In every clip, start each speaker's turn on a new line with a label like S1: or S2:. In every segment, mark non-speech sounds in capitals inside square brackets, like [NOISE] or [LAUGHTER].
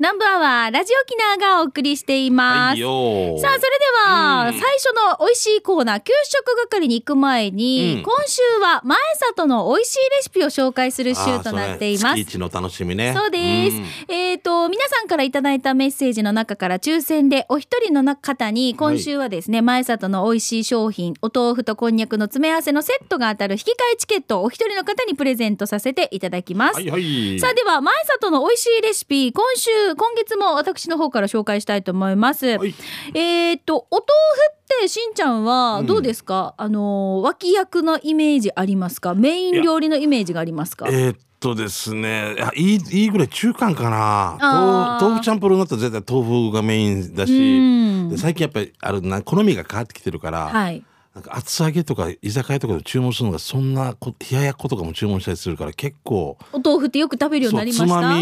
S1: 南部アワーラジオキナーがお送りしていま
S2: は
S1: す
S2: い。よ
S1: さあそれでは、
S2: うん
S1: 最初の美味しいコーナー給食係に行く前に、
S2: うん
S1: 今週は前里の美味しいレシピを紹介する週となっていま
S2: あーそれ
S1: す
S2: 月一の楽しみね
S1: そうです
S2: ん
S1: えー、と皆さんからいただいたメッセージの中から抽選でお一人の方に今週はですね、前里の美味しい商品お豆腐とこんにゃくの詰め合わせのセットが当たる引き換えチケットをお一人の方にプレゼントさせていただきます。
S2: はいはい
S1: さあでは前里の美味しいレシピ今週今月も私の方から紹介したいと思います、
S2: はい
S1: えっ、とお豆腐ってしんちゃんは
S2: うん
S1: どうですか、あのー脇役のイメージありますかメイン料理のイメージがありますか
S2: えーっとですねいやいいいいぐらい中間か
S1: あ
S2: な
S1: ー
S2: とう豆腐チャンプルーだったら絶対豆腐がメインだし
S1: うん
S2: で最近やっぱりあるな好みが変わってきてるから、
S1: はい
S2: なんか厚揚げとか居酒屋とかで注文するのがそんなこ冷ややっことかも注文したりするから結構
S1: お豆腐ってよく食べるようになりま
S2: そう
S1: し
S2: つ
S1: た
S2: ま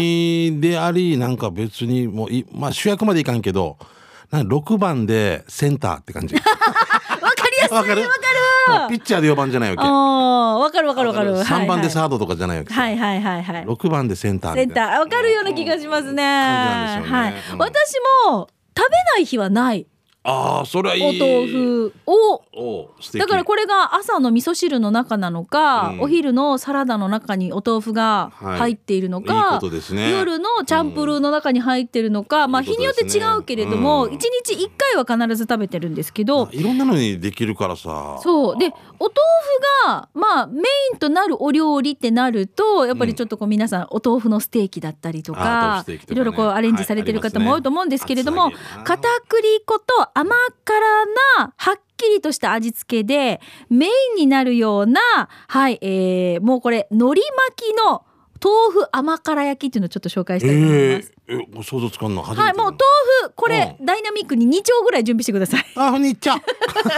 S2: みでありなんか別にもうい、まあ、主役までいかんけどなんか6番でセンターって感じわ
S1: わかりやすい
S2: かるピッチャーで4番じゃないわけ
S1: あーわかるわかるわかる
S2: 3番で
S1: は
S2: サードとかじゃないわ
S1: い
S2: け
S1: はいはいはいはいはい
S2: 6番でセンターみた
S1: セ
S2: い
S1: ン
S2: な
S1: ターわかるような気がしますね
S2: 感じな
S1: は
S2: ん
S1: い
S2: ですよねうん
S1: 私も食べない日はない
S2: ああそれはいい
S1: お豆腐を
S2: お素敵
S1: だからこれが朝の味噌汁の中なのか、
S2: うん
S1: お昼のサラダの中にお豆腐が入っているのか、
S2: いいことですね
S1: 夜のチャンプルーの中に入ってるのか、まあ
S2: いい
S1: 日
S2: こと
S1: によ
S2: で
S1: って
S2: すね
S1: 違うけれども、
S2: うん
S1: 一日一回は必ず食べてるんですけど、
S2: あいろんなのにできるからさ
S1: そうでお豆腐がまあメインとなるお料理ってなるとやっぱりちょっとこう皆さんお豆腐のステーキだったりと
S2: あー豆腐
S1: か,、
S2: ステーキとか
S1: い
S2: ね
S1: ろいろこうアレンジされてる方も多いと思うんですけれども、
S2: 厚揚げな
S1: 片栗粉と甘辛なはっきりとした味付けでメインになるようなはい、えー、もうこれ海苔巻きの豆腐甘辛焼きっていうのをちょっと紹介したいと思い
S2: え
S1: ま
S2: え
S1: す。
S2: えもう想像つかんの初め
S1: はい、
S2: てだ
S1: も
S2: な
S1: う豆腐これ、
S2: う
S1: ダイナミックに2丁ぐらい準備してくだ
S2: [LAUGHS]
S1: さい。
S2: あこんに
S1: [LAUGHS]
S2: ちは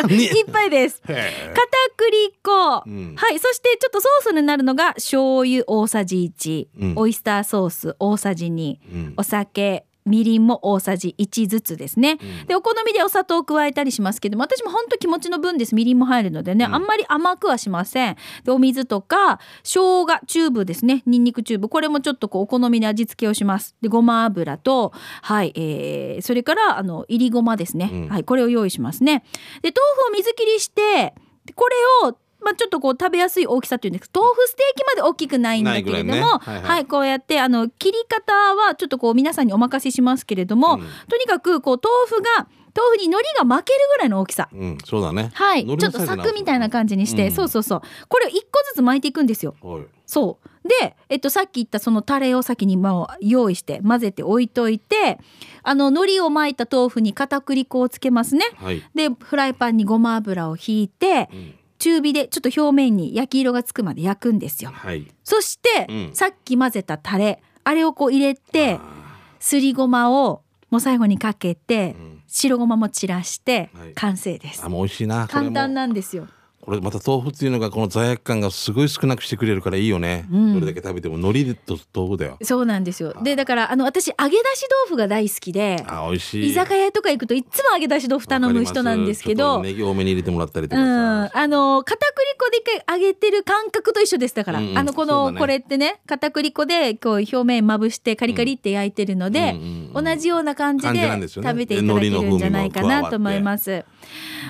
S2: に
S1: いっぱいです。
S2: へ
S1: 片栗粉、
S2: うん
S1: はいそしてちょっとソースになるのが醤油大さじ1、
S2: うん
S1: オイスターソース大さじ2
S2: えうん
S1: お酒みりんも大さじ1ずつですね、
S2: うん
S1: でお好みでお砂糖を加えたりしますけども私も本当気持ちの分ですみりんも入るのでね、
S2: うん
S1: あんまり甘くはしませんでお水とか生姜チューブですねにんにくチューブこれもちょっとこうお好みで味付けをしますでごま油とはい、えーそれからあのいりごまですね、
S2: うん
S1: はいこれを用意しますねで豆腐を水切りしてでこれをまあ、ちょっとこう食べやすい大きさっていうんですけど豆腐ステーキまで大きくないんだけれども、
S2: ないぐらいねはいはい
S1: はい、こうやってあの切り方はちょっとこう皆さんにお任せしますけれども、
S2: うん
S1: とにかくこう豆腐が豆腐に海苔が巻けるぐらいの大きさ。
S2: うんそうだね
S1: はい、ちょっ
S2: 海苔
S1: と
S2: のサイズな
S1: 柵みたいな感じにして、
S2: うん
S1: そうそうそうこれを一個ずつ巻いていくんですよ
S2: はい
S1: そうで、えっと、さっき言ったそのタレを先にまあ用意して混ぜて置いといてあの海苔を巻いた豆腐に片栗粉をつけますね
S2: はい
S1: でフライパンにごま油をひいて
S2: うん
S1: 中火でちょっと表面に焼き色がつくまで焼くんですよ
S2: はい
S1: そして、
S2: うん
S1: さっき混ぜたタレあれをこう入れて
S2: あ
S1: すりごまをもう最後にかけて、
S2: ーうん
S1: 白ごまも散らして
S2: はい
S1: 完成です、
S2: あもう美味しいなこれ
S1: 簡
S2: も
S1: 単なんですよ
S2: これまた豆腐っていうのがこの罪悪感がすごい少なくしてくれるからいいよね、
S1: うん
S2: どれだけ食べても海苔と豆腐だよ
S1: そうなんですよ
S2: あ
S1: でだからあの私揚げ出し豆腐が大好きで
S2: あ美味しい
S1: 居酒屋とか行くといつも揚げ出し豆腐頼む人なんですけ
S2: わ
S1: ど
S2: かりますちょっとネギ多めに入れてもらったりと
S1: う
S2: か
S1: ん、
S2: さ、
S1: あの片栗粉で一回揚げてる感覚と一緒ですだから、
S2: うんうん
S1: あのこの、
S2: そうだね
S1: これってね片栗粉でこう表面まぶしてカリカリって焼いてるので、
S2: うんうんうん
S1: 同じような感じ
S2: 感じ
S1: で
S2: なんです
S1: 食
S2: よね
S1: べていただけるんじゃないかなと思います。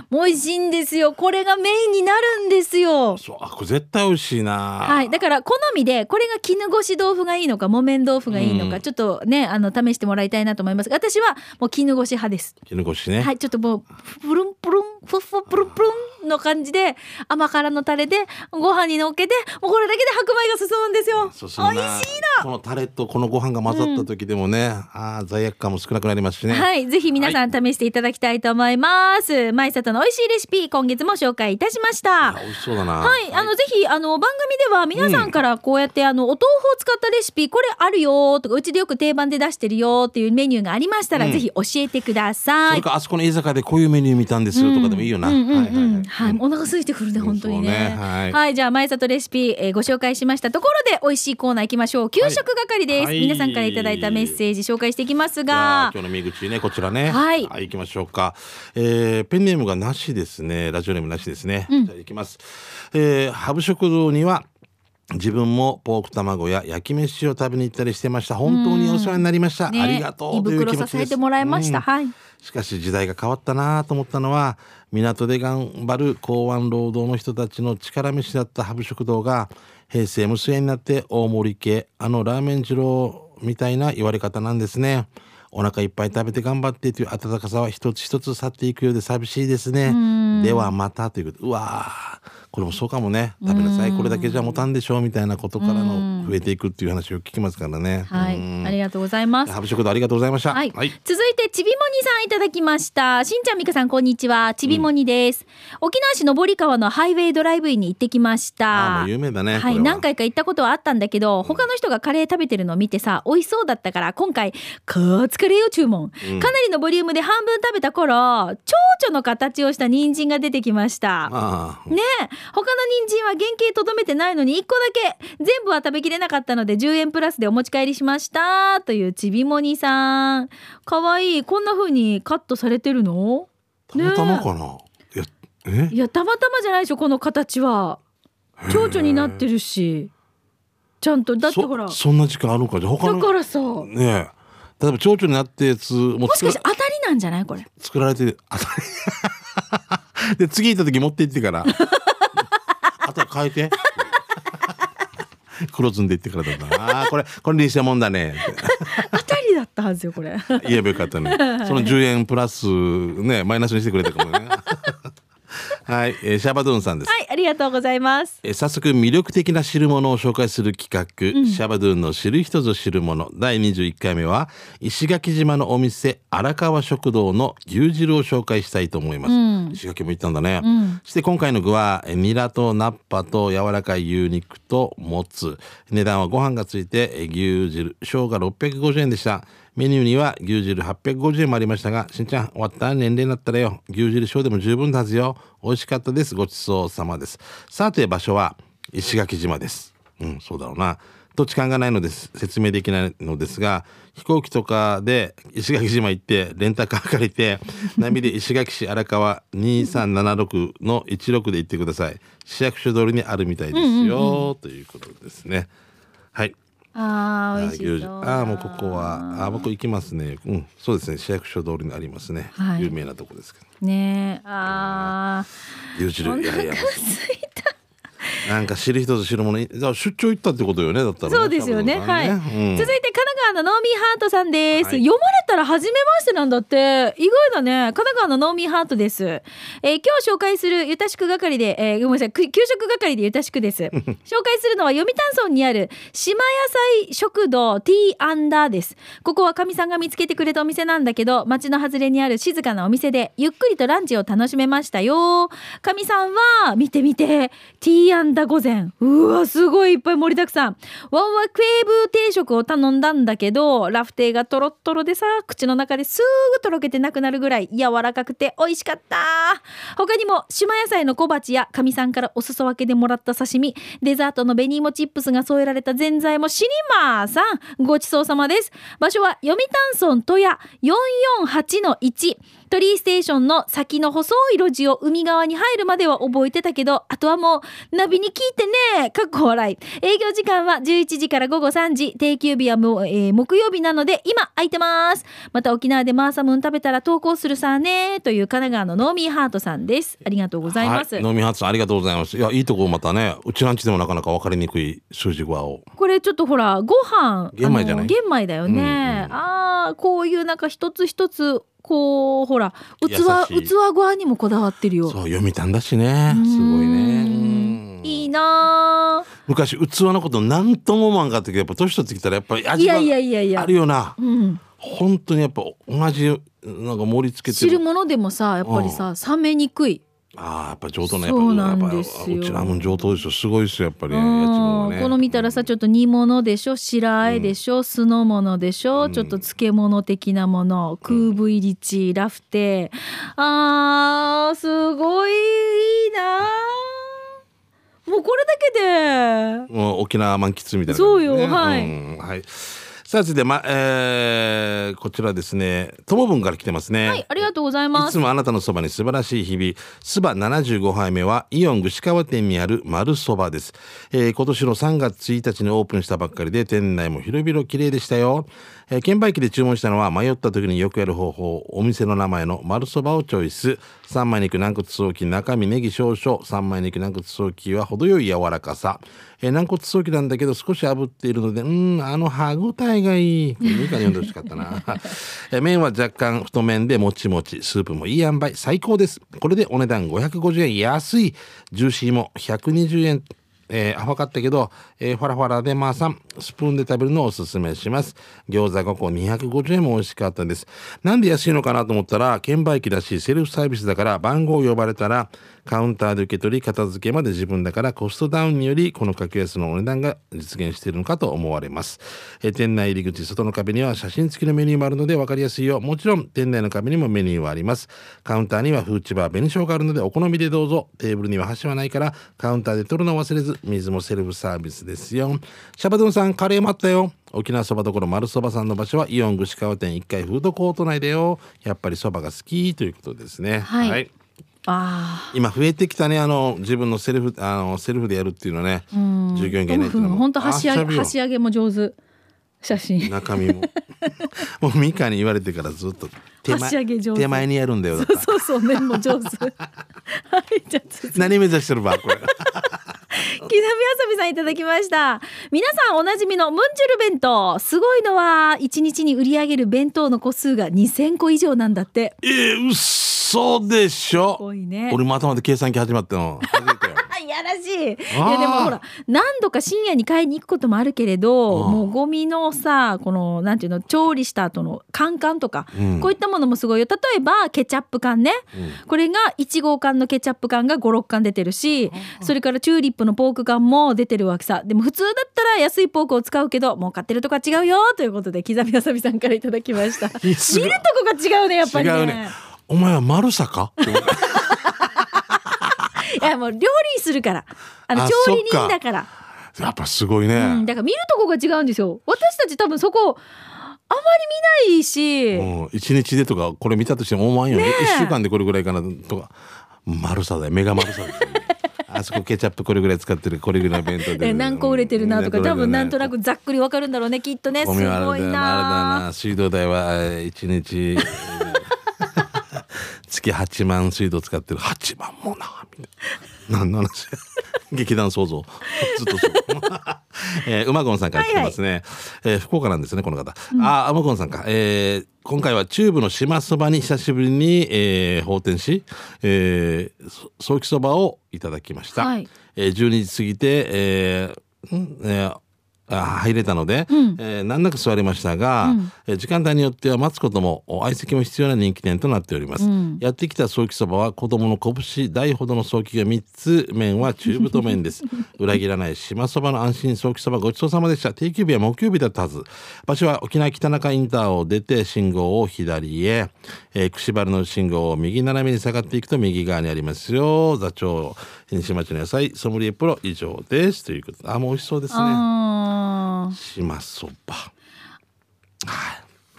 S1: もう美味しいんですよ。これがメインになるんですよ。
S2: そうあこれ絶対美味しいな
S1: はい、だから好みでこれが絹ごし豆腐がいいのか木綿豆腐がいいのか、
S2: うん
S1: ちょっとねあの試してもらいたいなと思いますが私はもう絹ごし派です、
S2: 絹ごしね、
S1: はいちょっともうプルンプルンふっふっプルンプルンの感じで甘辛のタレでご飯にのっけてもうこれだけで白米が進むんですよ
S2: そうそう
S1: 美味しい
S2: このタレとこのご飯が混ざった時でもね、あー罪悪感も少なくなりますしね、
S1: はい、ぜひ皆さん試していただきたいと思います。前里の美味しいレシピ、今月も紹介いたしました。
S2: あ美味しそうだな
S1: はい、あのぜひあの番組では皆さんからこうやってあのお豆腐を使ったレシピこれあるよとかうちでよく定番で出してるよっていうメニューがありましたら、
S2: うん
S1: ぜひ教えてくだ
S2: そ
S1: さ
S2: れ
S1: い。
S2: かあそこの居酒屋でこういうメニュー見たんですよとかでもいいよな、
S1: うんうんうんうん
S2: は
S1: はいい、お腹空いてくるね本当にね。
S2: そうねはい
S1: じゃあ前里レシピ、えーご紹介しましたところで美味しいコーナー行きましょう。給食係です、
S2: はい
S1: 皆さんからいただいたメッセージ紹介していきます
S2: じゃ
S1: が、
S2: あ今日の見口ねこちらね
S1: はい
S2: 行きましょうか、えー、ペンネームがなしですねラジオネームなしですね、
S1: うん
S2: じゃあ行きます、えー、ハブ食堂には自分もポーク卵や焼き飯を食べに行ったりしてました本当にお世話になりました、
S1: ね
S2: ありがと
S1: 胃
S2: うという気持ち
S1: 袋
S2: です
S1: 支えてもらいました、
S2: うん
S1: はい
S2: しかし時代が変わったなと思ったのは港で頑張る港湾労働の人たちの力飯だったハブ食堂が平成無数になって大盛り系あのラーメン二郎みたいな言われ方なんですねお腹いっぱい食べて頑張ってという温かさは一つ一つ去っていくようで寂しいですねではまたということうわーこれもそうかもね食べなさいこれだけじゃ持たんでしょうみたいなことからの増えていくっていう話を聞きますからね
S1: はい
S2: うん
S1: ありがとうございます
S2: ハブ食堂ありがとうございました
S1: はい、続いてちびもにさんいただきましたしんちゃんみかさんこんにちはちびもにです、沖縄市上川のハイウェイドライブインに行ってきまし
S2: あー
S1: た
S2: もう有名だね
S1: は
S2: こ
S1: い
S2: れは
S1: 何回か行ったことはあったんだけど他の人がカレー食べてるのを見てさ美味しそうだったから今回カツカレーを注文、
S2: うん
S1: かなりのボリュームで半分食べた頃蝶々の形をした人参が出てきました
S2: ああ
S1: ねえ他の人参は原型とどめてないのに1個だけ全部は食べきれなかったので10円プラスでお持ち帰りしましたというちびもにさんかわいいこんな風にカットされてるの
S2: たまたまかな、いやえ
S1: いやたまたまじゃないでしょこの形は蝶々になってるしちゃんとだって
S2: そ
S1: ほらだ
S2: そんな時間あるのかじゃあ他の
S1: からさ
S2: ねえ例えば蝶々になったやつも
S1: もし
S2: 作ら
S1: かして当たりなんじゃない
S2: [LAUGHS]
S1: これ
S2: 作られてあた [LAUGHS] で次行った時持って行ってから
S1: [LAUGHS]
S2: あとは変えて [LAUGHS] 黒ずんで行ってからだったなあーこれこれ偽物だね
S1: 当たりだったはずよこれ
S2: 言えばよかったね
S1: [LAUGHS]
S2: その10円プラスねマイナスにしてくれたかもね [LAUGHS] はい、えーシャバドゥンさんです
S1: はいありがとうございます
S2: えー早速魅力的な汁物を紹介する企画、シャバドゥンの知る人ぞ知るもの第21回目は石垣島のお店荒川食堂の牛汁を紹介したいと思います、石垣も行ったんだね、そして今回の具はえーニラとナッパと柔らかい牛肉ともつ値段はご飯がついてえー牛汁生姜650円でしたメニューには牛汁850円もありましたがしんちゃん終わった年齢になったらよ牛汁小でも十分だはずよ美味しかったですごちそうさまですさて場所は石垣島ですうんそうだろうな土地勘がないのです説明できないのですが飛行機とかで石垣島行ってレンタカー借りて波で石垣市荒川2376の16で行ってください市役所通りにあるみたいですよ、ということですねはい
S1: あー美味しそう
S2: ああーもうここはあー僕行きますねうんそうですね市役所通りにありますね、
S1: はい
S2: 有名なとこですけど
S1: ねえあ
S2: 牛汁
S1: ーお
S2: いやい
S1: 腹
S2: や
S1: すいた
S2: なんか知る人ぞ知るものじゃあ出張行ったってことよねだったら
S1: そうですよね。はい。
S2: う
S1: 続いて
S2: ん
S1: 神奈川のノーミーハートさんです。
S2: はい
S1: 読まれたら初めましてなんだって。意外だね。神奈川のノーミーハートです。えー今日紹介するゆたしく係で、えーごめんなさい、く給食係でゆたしく
S2: [LAUGHS]
S1: です。紹介するのは読谷村にある島野菜食堂 T アンダーです。ここはかみさんが見つけてくれたお店なんだけど、街の外れにある静かなお店でゆっくりとランチを楽しめましたよ。かみさんは見て見て T アンダ御膳。うわすごいいっぱい盛りだくさん。ワンはクエーブ定食を頼んだんだけどラフテーがとろっとろでさ口の中ですぐとろけてなくなるぐらい柔らかくて美味しかった他にも島野菜の小鉢やかみさんからお裾分けでもらった刺身デザートの紅芋チップスが添えられたぜんざいもシニマーさんごちそうさまです場所は読谷村戸谷448の1鳥居ステーションの先の細い路地を海側に入るまでは覚えてたけどあとはもうナビに聞いてねかっこ笑い営業時間は11時から午後3時定休日はもう、えー木曜日なので今空いてますまた沖縄でマーサムーン食べたら投稿するさねという神奈川のノーミーハートさんですありがとうございます、
S2: はい、飲み発ありがとうございます。いや、いいとこまたね、うちランチでもなかなか分かりにくい数字はを。
S1: これちょっとほらご飯
S2: 玄米じゃな
S1: あの
S2: い
S1: 玄米だよね、
S2: うんうん
S1: ああこういうなんか一つ一つこうほら器
S2: 優しい
S1: 器側にもこだわってるよ
S2: そう、読みたんだしね、すごいね。
S1: いいなあ
S2: 昔器のこと何とも思わんかったけど、やっぱ年取ってきたら、やっぱり
S1: い
S2: 味が
S1: やいやいやいや
S2: あるよな。
S1: うん、
S2: 本当にやっぱ同じ、なんか盛り付けて
S1: 汁。物でもさやっぱりさ冷めにくい、
S2: ああ、やっぱ上等な、やっぱ、
S1: そうなんですよ
S2: やっぱうちらもん上等ですよ、すごいですよ、やっぱり、
S1: う
S2: やつも
S1: ん
S2: ね。
S1: この見たらさちょっと煮物でしょ白あえでしょ、酢の物でしょ、ちょっと漬物的なもの空ブイリチラフテーあーすごいいいなーもうこれだけで
S2: もう沖縄満喫みたいな感じね、
S1: そうよはい
S2: んはいさあ続いて、まえーこちらですねともぶんから来てますね、
S1: はい、ありがとうござい
S2: い
S1: ま
S2: つ
S1: す。
S2: もあなたのそばに素晴らしい日々。そば75杯目はイオン串川店にある丸そばです。えー今年の3月1日にオープンしたばっかりで店内も広々綺麗でしたよ。えー券売機で注文したのは迷った時によくやる方法、お店の名前の丸そばをチョイス。三枚肉軟骨ソーキ、中身ネギ少々。三枚肉軟骨ソーキは程よい柔らかさ。えー軟骨ソーキなんだけど少し炙っているので、うーん、あの歯ごたえがいい。これみかん読んでほしかったな。 [LAUGHS] えー麺は若干太麺でもちもち、スープもいい塩梅最高です。これでお値段550円安い。ジューシーも120円。えー、甘かったけど、えー、ファラファラでまあさん、スプーンで食べるのをおすすめします。餃子5個250円も美味しかったです。なんで安いのかなと思ったら、券売機だし、セルフサービスだから、番号を呼ばれたら、カウンターで受け取り、片付けまで自分だから、コストダウンにより、この格安のお値段が実現しているのかと思われます。えー店内入り口、外の壁には写真付きのメニューもあるので分かりやすいよう、もちろん店内の壁にもメニューはあります。カウンターにはフーチバー、紅生姜があるので、お好みでどうぞ。テーブルには箸はないから、カウンターで取るのを忘れず、水もセルフサービスですよ。シャバドゥンさん、カレーもあったよ。沖縄そばどころ丸そばさんの場所はイオン串川店1階フードコート内だよ。やっぱりそばが好きということですね。
S1: はいあ
S2: 今増えてきたね、あの、自分のセルフ、あの、セルフでやるっていうのね。従業員
S1: あ、
S2: がいないっていうのも。
S1: 本当箸上げ
S2: あしゃべよ
S1: 箸上げも上手。写真。
S2: [LAUGHS] 中身ももうミカに言われてからずっと手
S1: 箸上
S2: 前
S1: げ上手
S2: 手前にやるんだよだか
S1: [LAUGHS]
S2: ら
S1: そうそう麺も
S2: [LAUGHS]
S1: 上手。はいじゃあ続いて
S2: 何目指してるばこれ
S1: 木南あさみさんいただきました皆さんおなじみのムンチュル弁当すごいのは一日に売り上げる弁当の個数が2000個以上なんだって
S2: [LAUGHS] えー、嘘でしょ
S1: すごいね
S2: 俺も頭で計算機始まったの初めてよ
S1: あいやらしいいやで
S2: あー
S1: もほら何度か深夜に買いに行くこともあるけれど
S2: あー
S1: もうゴミのさこのなんていうの調理した後のカンカンとか、
S2: うん
S1: こういったものもすごいよ例えばケチャップ缶ね、これが1号缶のケチャップ缶が56缶出てるしそれからチューリップのポーク缶も出てるわけさでも普通だったら安いポークを使うけどもう買ってるとこは違うよということで刻みあさみさん [LAUGHS] からいただきました見る
S2: すごい
S1: とこが違うねやっぱり
S2: 違
S1: ね
S2: うねお前は丸さかって思った
S1: いやもう料理するからあの
S2: あ
S1: 調理
S2: そっ
S1: 人
S2: か
S1: だから。
S2: やっぱすごいね、
S1: うん、だから見るとこが違うんですよ私たち多分そこあまり見ないし、
S2: うん、一日でとかこれ見たとしても思わんよね
S1: ねえ
S2: 一週間でこれぐらいかなとか丸さだよ目が丸さですよねあそこケチャップこれぐらい使ってるこれぐらい弁当
S1: [LAUGHS] ね
S2: で
S1: 何個売れてるなとか、
S2: うん
S1: 多分なんとな
S2: これぐ
S1: く
S2: らいだね
S1: ざっくりわかるんだろうねきっとねす
S2: ゴ
S1: ごい
S2: ミはあ
S1: な
S2: れだよなあれだよな水道代はえー一日月8万水道使ってる8万もなみたいな何の話劇団創造ずっとそう、えー、馬ゴンさんから来てますね、えー福岡なんですねこの方、ああ馬ゴンさんか、えー今回は中部の島そばに久しぶりに、えー、放天し、えー、そソーキそばをいただきました、
S1: はい
S2: えー12時過ぎて、えーんえーあ入れたので、えー難なく座りましたが、えー時間帯によっては待つこともお相席も必要な人気店となっております、やってきたソーキそばは子供の拳大ほどのソーキが3つ麺は中太
S1: [LAUGHS]
S2: 麺です裏切らない島そばの安心ソーキそばごちそうさまでした定休日は木曜日だったはず場所は沖縄北中インターを出て信号を左へ、えー、串原の信号を右斜めに下がっていくと右側にありますよ座長西町の野菜ソムリエプロ以上ですということであもう美味しそうですね
S1: あー
S2: 島そば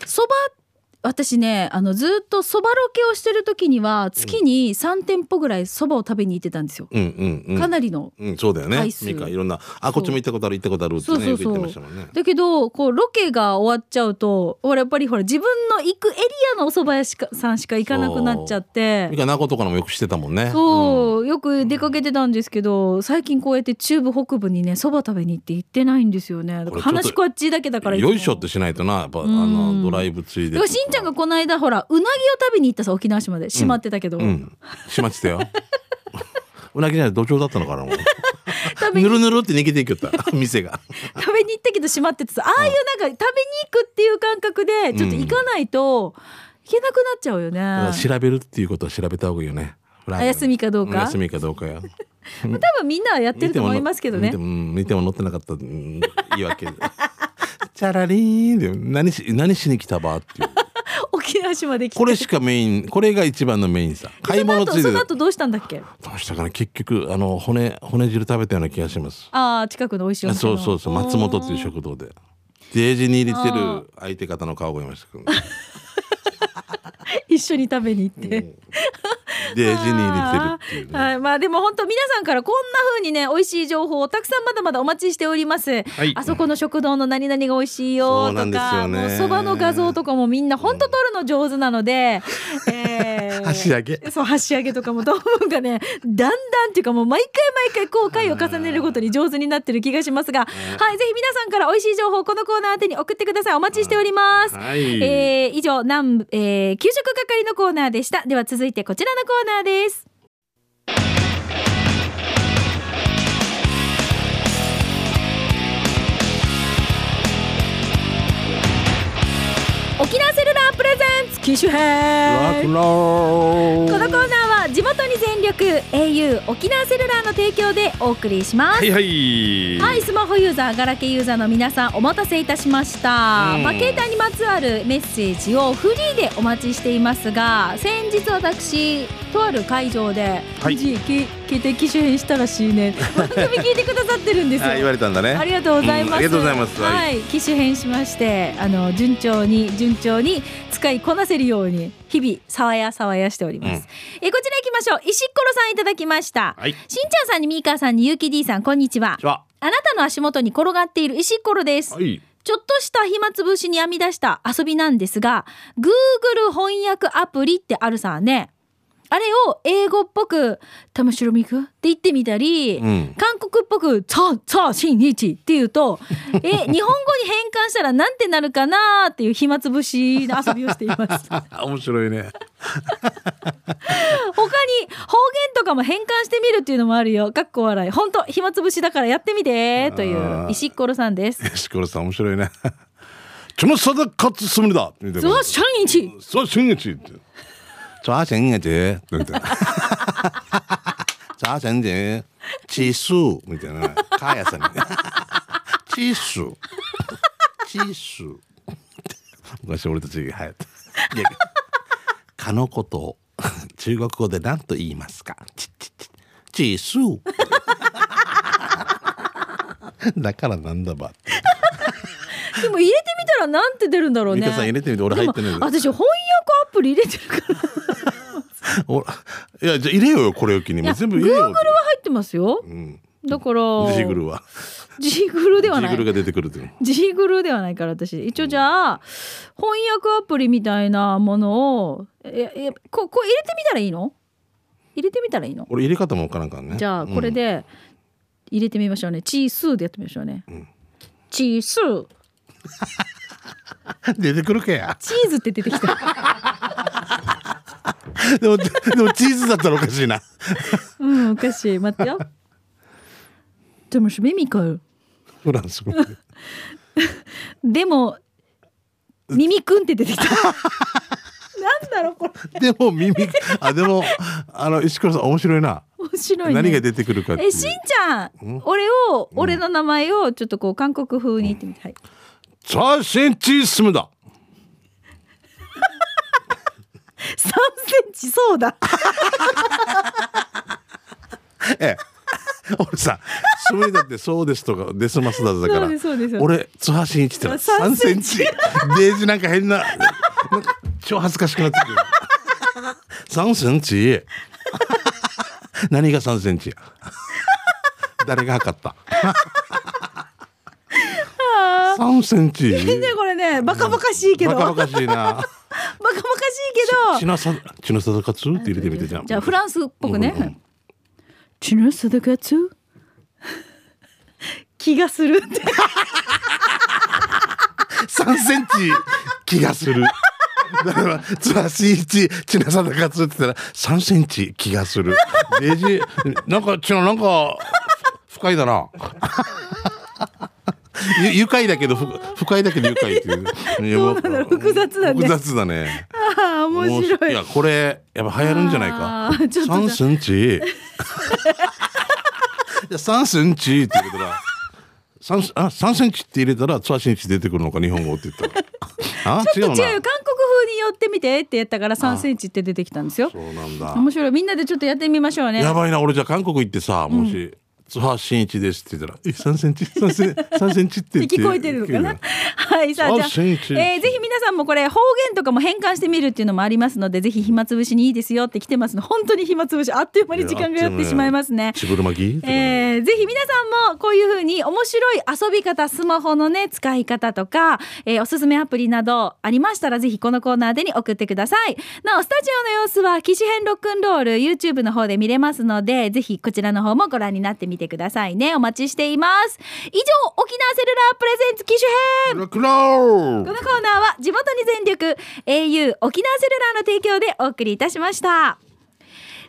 S1: そば私ねあのずっとそばロケをしてる時には月に3店舗ぐらいそばを食べに行ってたんですよ、
S2: うんうんう
S1: か
S2: ん
S1: なりの。
S2: うん、そうだよね
S1: 回数
S2: ミカいろんなあこっちも行ったことある行ったことあるって
S1: そう
S2: ね
S1: そ
S2: よ
S1: う
S2: く言
S1: そ
S2: って
S1: う
S2: ましたもんね
S1: だけどこうロケが終わっちゃうとほらやっぱりほら自分の行くエリアのお蕎麦屋しかさんしか行かなくなっちゃって
S2: ミカ名護とかのもよくしてたもんねうん
S1: そう、よく出かけてたんですけど最近こうやって中部北部にねそば食べに行って行ってないんですよねだから
S2: これちょっと
S1: 話こっちだけだからつも
S2: よいしょってしないとなやっぱあ
S1: うん
S2: のドライブつ
S1: だ
S2: いで
S1: からしんちゃんがこの間ほらうなぎを食べに行ったさ沖縄市まで閉まってたけど、
S2: うんしまって
S1: [LAUGHS]
S2: たようなぎじゃない土壌だったのかなもう
S1: 食べ
S2: ぬ
S1: に
S2: るぬるって逃げていきよった店が
S1: 食べに行ったけど閉まっててさああいうなんか食べに行くっていう感覚でちょっと行かないと行けなくなっちゃうよね、
S2: だから調べるっていうことは調べた方がいいよねお
S1: お休みかどうか
S2: 休みかどうかや
S1: 多分みんなはやってると思いますけどね
S2: 見てもうん見ても乗ってなかったうんいい [LAUGHS] わけでチャラリーンで何し何しに来たばっていう
S1: 沖縄市まで来て
S2: これしかメ [LAUGHS] インこれが一番のメインさ買い物ついで
S1: その後その
S2: ど
S1: 後どうしたんだっけ
S2: うしたかな結局あの骨骨汁食べたような気がします
S1: ああ近くの美味しいお店
S2: そ
S1: の
S2: うそうそう松本っていう食堂でデージに入れてる相手方の顔がいましたけどね、
S1: [LAUGHS]
S2: [LAUGHS]
S1: 一緒に食べに行って、
S2: うんデージに入れてるっていうね
S1: はい、まあでも本当皆さんからこんな風にね美味しい情報をたくさんまだまだお待ちしております。
S2: い
S1: あそこの食堂の何々が美味しいよ
S2: そうな
S1: と
S2: んですよ
S1: か、
S2: ね
S1: もうそばの画像とかもみんな本当撮るの上手なの
S2: [LAUGHS]
S1: で、えー
S2: 箸上げ
S1: そう箸上げとかもどうもがねだんだんっていうかもう毎回毎回こう回を重ねるごとに上手になってる気がしますが、はいぜひ皆さんから美味しい情報をこのコーナー宛てに送ってくださいお待ちしております。
S2: はい
S1: えー以上南部、えー給食係のコーナーでしたでは続いてこちらのコーナーです沖縄セルラープレゼンツ機種
S2: ロッ
S1: 編
S2: クンロ
S1: このコー
S2: ー
S1: ナ
S2: ル
S1: ーは地元に全力 au 沖縄セルラーの提供でお送りします
S2: はいはい
S1: はい、スマホユーザー、ガラケーユーザーの皆さん、お待たせいたしました。
S2: うん
S1: まあ、携帯にまつわるメッセージをフリーでお待ちしていますが、先日私、とある会場で、
S2: はい
S1: じい、け携帯機種変したらしい
S2: [LAUGHS]
S1: ね。番組聞いてくださってるんですよ
S2: あ。言われたんだね
S1: ありがとうございます、
S2: うんありがとうございます
S1: は、
S2: はい
S1: 機種変しまして、あの順調に順調に使いこなせるように日々さわやさわやしております。えこちら行きましょう。石ころさんいただきました。
S2: はい
S1: しんちゃんさんにみーかーさんにゆうき D さんこんにちは
S2: じゃあ
S1: あなたの足元に転がっている石ころです、
S2: はい
S1: ちょっとした暇つぶしに編み出した遊びなんですが Google 翻訳アプリってあるさねあれを英語っぽく「たましろみく」って言ってみたり、
S2: うん
S1: 韓国っぽく「チャンチャーシンイチ」って言うと
S2: [LAUGHS]
S1: え日本語に変換したらなんてなるかなっていう暇つぶしの遊びをしています。
S2: [LAUGHS] あ [LAUGHS] 面白いね
S1: 他に方言とかも変換してみるっていうのもあるよ。かっこ笑い。本当暇つぶしだからやってみてという石っころさんです。
S2: 石ころさん面白いね [LAUGHS] ちょもさだかつすむだみたい
S1: ゾ
S2: な
S1: ウシャンイチ。
S2: そうしんげちってちょあしんげちみ [LAUGHS] たいなちょあしんげちすみたいなか [LAUGHS] やさんにちすちす昔俺たちが流行ったいや蚊のことを中国語で何と言いますかちちちちす [LAUGHS] だからなんだばって
S1: でも入れてみたらなんて出るんだろうね。
S2: ミカさん入れてみて俺入ってな
S1: で
S2: い
S1: も
S2: んだ
S1: 私翻訳アプリ入れてるから。
S2: おいやじゃあ入れようよこれを機にもう全部入れよう
S1: Google は入ってますよ。だから。
S2: ジグルは
S1: ジグルでは
S2: ジ
S1: な
S2: グル
S1: い。
S2: が出てくるっていうの
S1: ジグルではないから私一応じゃあ翻訳アプリみたいなものをええここう入れてみたらいいの入れてみたらいいの
S2: 俺入れ方もわからんからね
S1: じゃあこれ、で入れてみましょうね。チースーでやってみましょうね。チースー。
S2: うん [LAUGHS] 出てくるかや [LAUGHS]
S1: チーズって出てきた。
S2: でもでもチーズだったらおかしいな
S1: うん、おかしい。待ってよ。
S2: [LAUGHS]
S1: でもしめみかう。
S2: フラ
S1: [LAUGHS]
S2: ンス語で
S1: でも、耳くんって出
S2: [LAUGHS]
S1: てきた。なんだろうこれ。
S2: でも耳あでもあの石黒さん面白いな
S1: 面白いね。
S2: 何が出てくるかってい
S1: え、
S2: う
S1: しんちゃん、俺を、俺の名前をちょっとこう韓国風に言ってみて。はい。
S2: チャーシンチースムだ
S1: 3センチそうだ。
S2: ええ俺さ「スムだってそうです」とか「デスマスだ」だから
S1: そうですそうです
S2: 俺津波真一ってのは
S1: 3
S2: 3
S1: セ
S2: セ
S1: ン
S2: ンチデージなんか変ななんか超恥ずかしくなってくる3センチ何が3センチや誰が測った3センチ
S1: みんなこれね、バカバカしいけど。
S2: バ
S1: バカ
S2: カ
S1: バカ
S2: バカしいな
S1: しいけ
S2: 血
S1: ど。
S2: のさ血のさだかつって入れてみてじゃん
S1: じゃあフランスっぽくね。
S2: うんうん
S1: チュヌスダカ
S2: [LAUGHS]
S1: ツ気がするって
S2: 3センチ気がする。だから、つわしいち、ちなさだかつって言ったら、3センチ気がする。デージ、なんか、ちな、なんか、ふ不快だな。ゆ愉快だけど、ふ不快だけど愉快っていう。
S1: どうなんだろう複雑だね
S2: 複雑だね。
S1: ああ面白い
S2: や、これ、やっぱ流行るんじゃない
S1: あ
S2: か。
S1: ーちょっと
S2: 3セ
S1: [LAUGHS]
S2: ンチ。いや3センチって言うたら、3, あ3センチって入れたら、ツアシンチ出てくるのか、日本語って言ったら。あ
S1: [LAUGHS] ちょっと違う
S2: 違う
S1: よ韓
S2: な。
S1: 国風に寄ってみてってやったから3センチって出てきたんですよ
S2: そうなんだ。
S1: 面白いみんなでちょっとやってみましょうね
S2: やばいな、俺じゃあ韓国行ってさ、もし、津波真一ですって言ったら、え、三センチ、三セン、三センチって言って
S1: 聞こえてるのかな。はい、さあ、じゃあ
S2: あ、新一
S1: えーぜひ皆さんもこれ方言とかも変換してみるっていうのもありますので、ぜひ暇つぶしにいいですよって来てますの。本当に暇つぶし、あっという間に時間がやってしまいますね。
S2: ちぶるまき。
S1: えーぜひ皆さんもこういうふうに面白い遊び方スマホのね使い方とか、えーおすすめアプリなどありましたらぜひこのコーナーでに送ってくださいなおスタジオの様子は「機種編ロックンロール」YouTube の方で見れますのでぜひこちらの方もご覧になってみてくださいねお待ちしています以上沖縄セルラープレゼンツ機種編
S2: ロックンロ
S1: この
S2: ール
S1: コーナーは地元に全力 au 沖縄セルラーの提供でお送りいたしましたさあ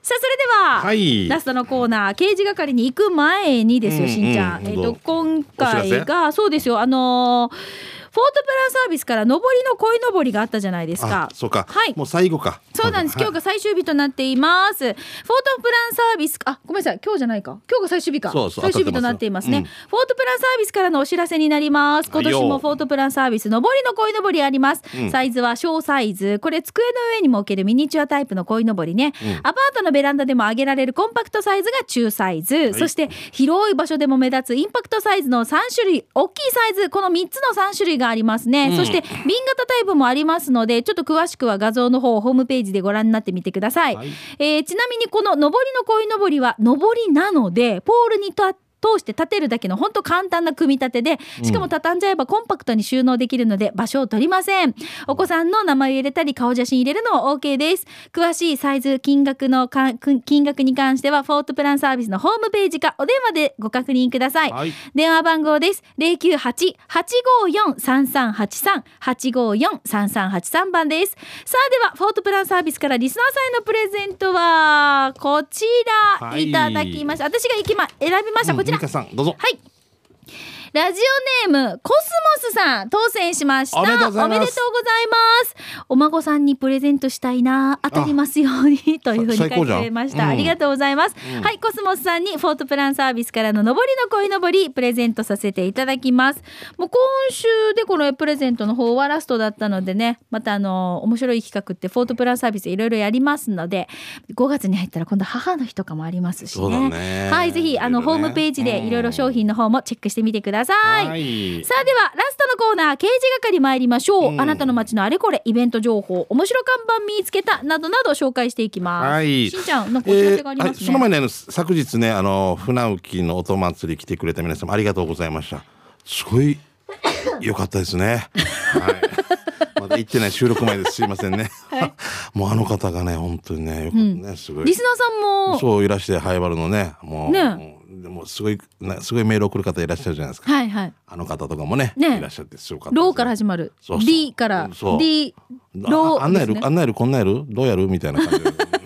S1: それでは、
S2: はい
S1: ラストのコーナー刑事係に行く前にですよ、
S2: うん
S1: しんちゃん、
S2: うん
S1: えっ、と
S2: どう
S1: 今
S2: お知
S1: 回がそうですよあのーフォートプランサービスから上りの鯉のぼりがあったじゃないですか
S2: あ、そうか。
S1: はい
S2: もう最後か。
S1: そうなんです、今日
S2: が。
S1: が最終日となっていますフォートプランサービスあごめんなさい今日じゃないか今日が最終日か
S2: そうそう
S1: 最終日となっていますね、
S2: 当たってま
S1: フォートプランサービスからのお知らせになります今年
S2: はい
S1: も
S2: よ
S1: フォートプランサービス上りの鯉のぼりあります、
S2: うん
S1: サイズは小サイズこれ机の上にも置けるミニチュアタイプの鯉のぼりね、
S2: うん
S1: アパートのベランダでも上げられるコンパクトサイズが中サイズ、
S2: い
S1: そして広い場所でも目立つインパクトサイズの3種類大きいサイズこの3つの3種類がありますね、
S2: うん
S1: そして瓶型タイプもありますのでちょっと詳しくは画像の方をホームページでご覧になってみてください、
S2: はい
S1: えーちなみにこの上りの鯉のぼりは上りなのでポールにた通して立てるだけのほんと簡単な組み立てでしかも畳んじゃえばコンパクトに収納できるので場所を取りませんお子さんの名前を入れたり顔写真入れるのは OK です詳しいサイズ金額のか金額に関してはフォートプランサービスのホームページかお電話でご確認ください、
S2: はい。
S1: 電話番号です。零九八八五四三三八三八五四三三八三番です。さあではフォートプランサービスからリスナーさんへのプレゼントはこちら、
S2: はい
S1: い、ただきました。私が行きま選びました、こちら
S2: ミ。カさん、どうぞ。
S1: はい。ラジオネームコスモスさん当選しました
S2: おめでとうございます
S1: おめでとうございますお孫さんにプレゼントしたいな当たりますように [LAUGHS] というふうに書い
S2: 最
S1: て
S2: 高じゃん
S1: くれました、
S2: うん
S1: ありがとうございます、
S2: うん
S1: はいコスモスさんにフォートプランサービスからの上りの鯉のぼりプレゼントさせていただきますもう今週でこのプレゼントの方はラストだったのでねまたあの面白い企画ってフォートプランサービスいろいろやりますので5月に入ったら今度母の日とかもありますし
S2: そうだね
S1: はいぜひあの、
S2: いろ
S1: ホ
S2: い
S1: ー
S2: ろね
S1: ムページでいろいろ商品の方もチェックしてみてください、
S2: い
S1: さあではラストのコーナー刑事係参りましょう、
S2: うん
S1: あなたの街のあれこれイベント情報面白看板見つけたなどなど紹介していきます、
S2: はい
S1: しんちゃんなんかお知ら
S2: え
S1: せがあ
S2: ー
S1: りま
S2: はい
S1: すね、
S2: その前にあの昨日ねあの船浮の音祭り来てくれた皆様ありがとうございましたすごい良かったですね、はい、まだ行ってない収録前ですすいませんね、 [LAUGHS] もうあの方がね本当にねよかったね、すごい
S1: リスナーさんも
S2: そういらしてハイバルのねもう
S1: ね
S2: もうでもすごいなすごいメール送る方いらっしゃるじゃないですか
S1: はいはい
S2: あの方とかもね
S1: ね
S2: いらっしゃってすごかったですね
S1: ローから始まる
S2: そうそう
S1: D から
S2: そう
S1: D ロ
S2: あ
S1: ー
S2: あんなや
S1: ですね
S2: る、あんなやるこんなやるどうやるみたいな感じ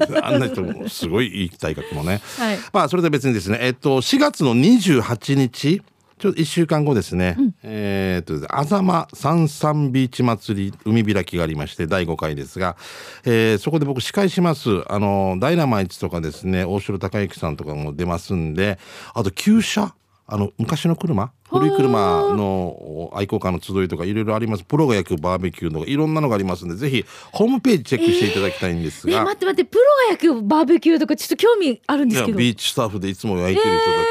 S1: [LAUGHS]
S2: であんな人もすごいいい体格もね、
S1: はい
S2: まあそれで別にですねえっと4月の28日ちょっと1週間後ですね、えーっとですねあざまさんさんビーチ祭り海開きがありまして第5回ですが、えーそこで僕司会しますあのダイナマイツとかですね大城孝之さんとかも出ますんであと旧車あの昔の車古い車の愛好家の集いとかいろいろありますプロが焼くバーベキューとかいろんなのがありますんでぜひホームページチェックしていただきたいんです
S1: ね
S2: が、
S1: 待って待ってプロが焼くバーベキューとかちょっと興味あるんですけ
S2: いや
S1: ど
S2: ビーチスタッフでいつも焼いてる人たちが、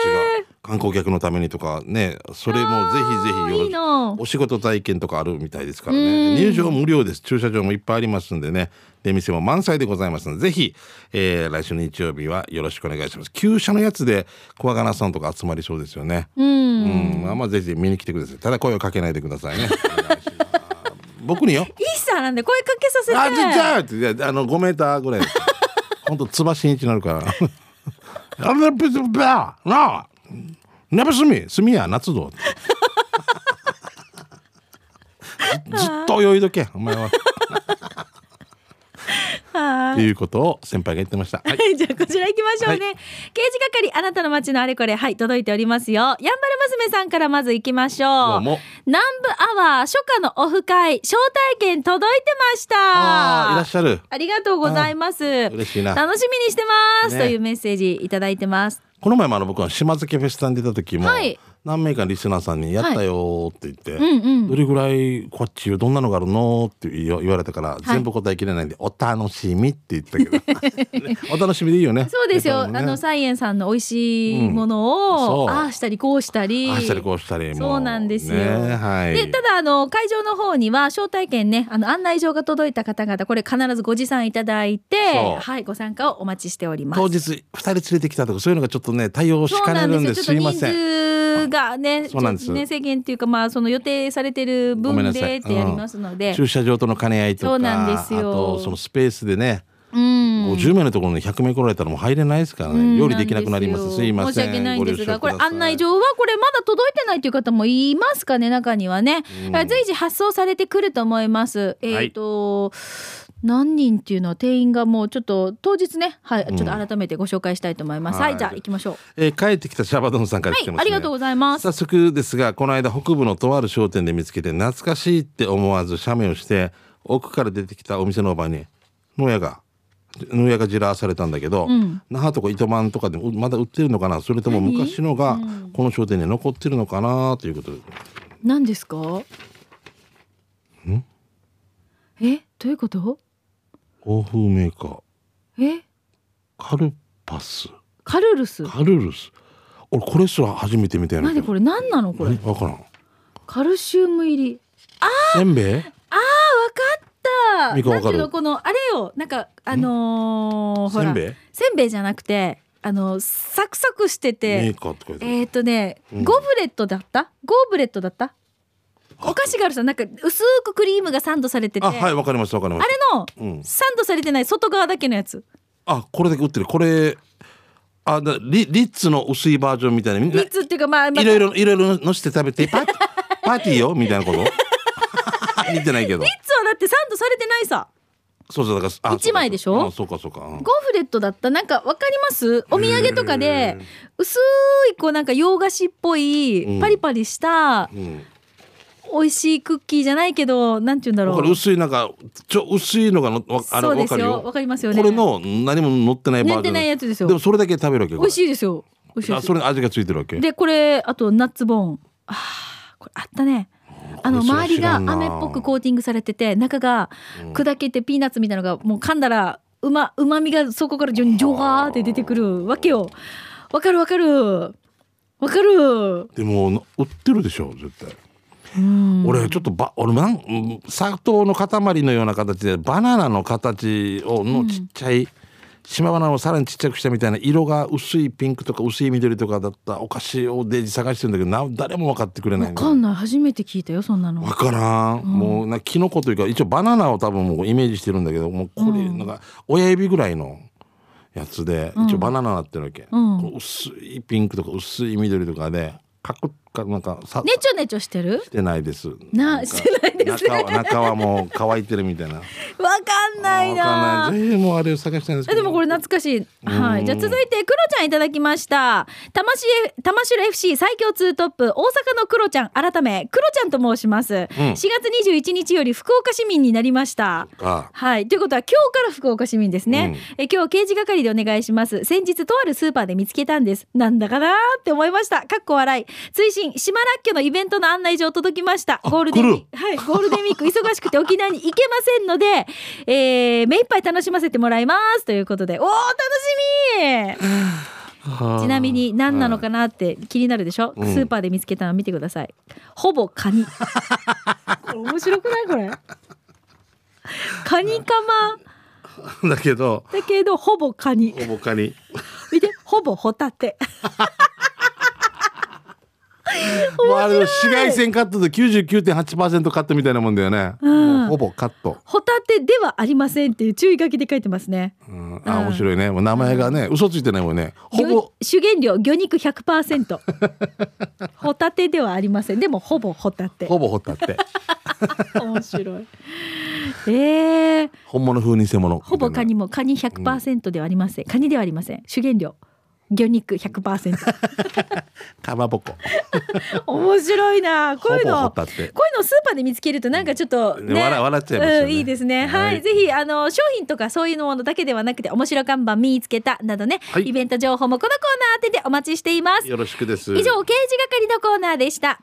S2: 観光客のためにとかねそれもぜひぜひよろ
S1: いいな
S2: お仕事体験とかあるみたいですからね入場無料です駐車場もいっぱいありますんでねで店も満載でございますのでぜひ、えー来週の日曜日はよろしくお願いします旧車のやつで小ガナさんとか集まりそうですよね
S1: うん
S2: うん、まあまあぜひ見に来てください。ただ声をかけないでくださいね。お願いします僕によ。
S1: いいさなんで声かけさせて
S2: あ、じゃじゃあって、いやあの五メーターぐらい。本当つばしんいちになるから。あれ、ぶつぶば、なあ。なべすみ、すみや、夏ぞ。ずずっと泳いどけ、お前は。
S1: はい
S2: っていうことを先輩が言ってました。はい
S1: はい、じゃあこちら行きましょうね、
S2: は
S1: 刑事係あなたの街のあれこれはい届いておりますよやんばる娘さんからまず行きまし
S2: ど
S1: ょう
S2: うも。
S1: 南部アワー初夏のオフ会招待券届いてました
S2: ああ、いらっしゃる。
S1: ありがとうございます
S2: 嬉しいな。
S1: 楽しみにしてます、
S2: ね
S1: というメッセージいただいてます
S2: この前もあの僕は島津家フェスタに出た時も、
S1: はい
S2: 何名かリスナーさんに「やったよ」って言って、
S1: うんうん
S2: どれぐらいこっちよどんなのがあるのって言わ言われたから、全部答えきれないんで「お楽しみ」って言ったけ
S1: [LAUGHS]
S2: どねお楽しみでいいよね
S1: そうですよ、
S2: ね
S1: あのサイエンさんの美味しいものを、
S2: うんそう
S1: ああしたりこうしたり
S2: ああしたりこうしたりも
S1: そうなんですよ
S2: ねはい、
S1: でただあの会場の方には招待券ねあの案内状が届いた方々これ必ずご持参いただいて
S2: そう
S1: はいご参加をお待ちしております
S2: 当日2人連れてきたとかそういうのがちょっとね対応し
S1: そう
S2: か
S1: な
S2: ね
S1: ん
S2: るんで
S1: ですす
S2: い
S1: よちょ
S2: ま
S1: っと人
S2: せん。
S1: 数がね
S2: そうなんです
S1: ちょっとね制限っていうかまあその予定されてる
S2: ごめ
S1: 分
S2: んなさ
S1: で
S2: い
S1: ってやりますので
S2: 駐車場との兼ね合いとか
S1: そうなんですよ
S2: あとそのスペースでね、
S1: うん
S2: 50名のところに100名来られたらもう入れないですからね、
S1: うん
S2: 料理できなくなりますすいません
S1: 申し訳ないんですがこ
S2: ご了
S1: れ
S2: 承ください
S1: 案内状はこれまだ届いてないという方もいますかね中にはね、
S2: うん
S1: 随時発送されてくると思いますえっ、と、何人っていうのは定員がもうちょっと当日ねはいちょっと改めてご紹介したいと思います、
S2: うん
S1: はい、
S2: はい
S1: じゃあ行きましょう
S2: えー帰ってきたシャバドゥンさんか
S1: は
S2: ら来て
S1: い
S2: ますね、
S1: ありがとうございます
S2: 早速ですがこの間北部のとある商店で見つけて懐かしいって思わず写メをして奥から出てきたお店のおばに農家が農家がじらされたんだけど、
S1: ん
S2: 那覇とか糸満とかでもうまだ売ってるのかなそれとも
S1: 何
S2: 昔のがこの商店に残ってるのかなということで
S1: 何ですかんえどういうこと
S2: 欧風メーカー
S1: え
S2: カルパス
S1: カルルス
S2: カルルス俺これすら初めて見たよね
S1: 何これ何なのこれ
S2: えわからん
S1: カルシウム入り
S2: せんべい
S1: あ
S2: ミカわ
S1: な
S2: か
S1: んて
S2: る
S1: いうのこのあれよなんかあのー、ほ
S2: せ
S1: ら
S2: んべい
S1: せんべいじゃなくてあのサクサクして
S2: メー
S1: て
S2: カーって書いてある
S1: えっ、ー、とね、
S2: うん
S1: ゴブレットだったゴブレットだったお菓子があるさなんか薄くクリームがサンドされてて
S2: あはいわかりましたわかりま
S1: あ
S2: し
S1: れの
S2: たうん
S1: サンドされてない外側だけのやつ
S2: あこれだけ売ってるこれあだリリッツの薄いバージョンみたいなみんな
S1: リッツっていうかまあ、まあ、
S2: いろいろいろいろのして食べてパーティーパーティーよみたいなこと [LAUGHS] 似てないけど
S1: リッツはだってサンドされてないさ
S2: そうそうだからあ
S1: 一枚でしょ
S2: そうかそうかうんそう
S1: ゴブレットだったなんかわかりますお土産とかで薄いこうなんか洋菓子っぽ
S2: う
S1: い
S2: ん
S1: パリパリした
S2: か、うん
S1: 美味しいクッキーじゃないけどなんて言うんだろ
S2: これ
S1: う
S2: 薄いなんかちょ薄いのがのわあれ
S1: そう
S2: わ
S1: で
S2: か
S1: す
S2: る
S1: よ
S2: よ
S1: わかりますよね
S2: これの何も乗ってないバ
S1: 寝
S2: ージ
S1: て
S2: ョン
S1: ないやつですよ
S2: でもそれだけ食べるわけ
S1: 美味し
S2: い
S1: いですよ美味しいで [LAUGHS]
S2: あ
S1: す
S2: それに味がついてるわけ
S1: でこれあとナッツボーンあーこれあったねあの
S2: これそれ
S1: 周り
S2: 知
S1: が
S2: らんな
S1: 飴っぽくコーティングされてて中が砕けてピーナッツみたいなのがもう噛んだらうまうまみがそこからジョジョガーって出てくるわけよわかるわかるわかる
S2: でもな売ってるでしょ絶対
S1: うん
S2: 俺ちょっとば俺なんうん砂糖の塊のような形でバナナの形をのちっちゃい、島バナナをさらにちっちゃくしたみたいな色が薄いピンクとか薄い緑とかだったお菓子をデイジ探してるんだけどな誰も分かってくれない
S1: わ
S2: んだ
S1: かんない初めて聞いたよそんなの
S2: 分からん、もうなキノコというか一応バナナを多分もうイメージしてるんだけどもうこれ
S1: うん
S2: なんか親指ぐらいのやつで、
S1: うん
S2: 一応バナナになってるわけ、
S1: うん
S2: こう薄いピンクとか薄い緑とかでかくかなんかさ、
S1: ねちょねちょしてる
S2: してないです。
S1: なん
S2: か
S1: してないです
S2: 中は中はもう乾いてるみたいな。
S1: わかんないな
S2: わかんないぜひもうあれを探したいんです
S1: え
S2: け
S1: で
S2: ど。
S1: もこれ懐かしい。は
S2: う
S1: い。
S2: ん
S1: じゃあ続いてクロちゃんいただきました。魂魂シュ FC 最強ツートップ大阪のクロちゃん改めクロちゃんと申します。4月21日より福岡市民になりました。
S2: あ
S1: はい。ということは今日から福岡市民ですね。え今日刑事係でお願いします。先日とあるスーパーで見つけたんです。なんだかなーって思いました。かっこ笑い。追伸島らっきょのイベントの案内状届きました。ゴールデンウィークはい、ゴールデンウィー
S2: [LAUGHS]
S1: ク忙しくて沖縄に行けませんので、えー、目いっぱい楽しませてもらいますということで、おー楽しみちなみに何なのかなって気になるでしょ、
S2: うん
S1: スーパーで見つけたの見てください。ほぼカ
S2: [LAUGHS]
S1: ニ。これ面白くないこれ。カニカマ。
S2: だけど
S1: だけどほぼカニ
S2: ほぼカニ。
S1: 見てほぼホタテ
S2: もうあれ紫外線カットで99.8%カットみたいなもんだよね。
S1: うん
S2: もうほぼカット。
S1: ホタテではありませんっていう注意書きで書いてますね
S2: うん、あ面白いね。もう名前がね嘘ついてないもんね。ほぼ
S1: 魚主原料魚肉100%
S2: [LAUGHS]
S1: ホタテではありませんでもほぼホタテ
S2: ほぼほったって。
S1: 面白い [LAUGHS] えー、
S2: 本物風偽物みたいな。
S1: ほぼカニもカニ100%ではありません、カニではありません主原料魚肉100%。
S2: かまぼこ。
S1: 面白いな。こういう
S2: ほぼホ
S1: の。こ
S2: タ
S1: うい
S2: テ
S1: うのスーパーで見つけるとなんかちょっと、ね、
S2: 笑笑っちゃいますよね
S1: うんいいですね。はい、
S2: はい
S1: ぜひあの商品とかそういうものだけではなくて面白看板見つけたなどね、
S2: はい
S1: イベント情報もこのコーナー宛てでお待ちしています。
S2: よろしくです。
S1: 以上刑事係のコーナーでした。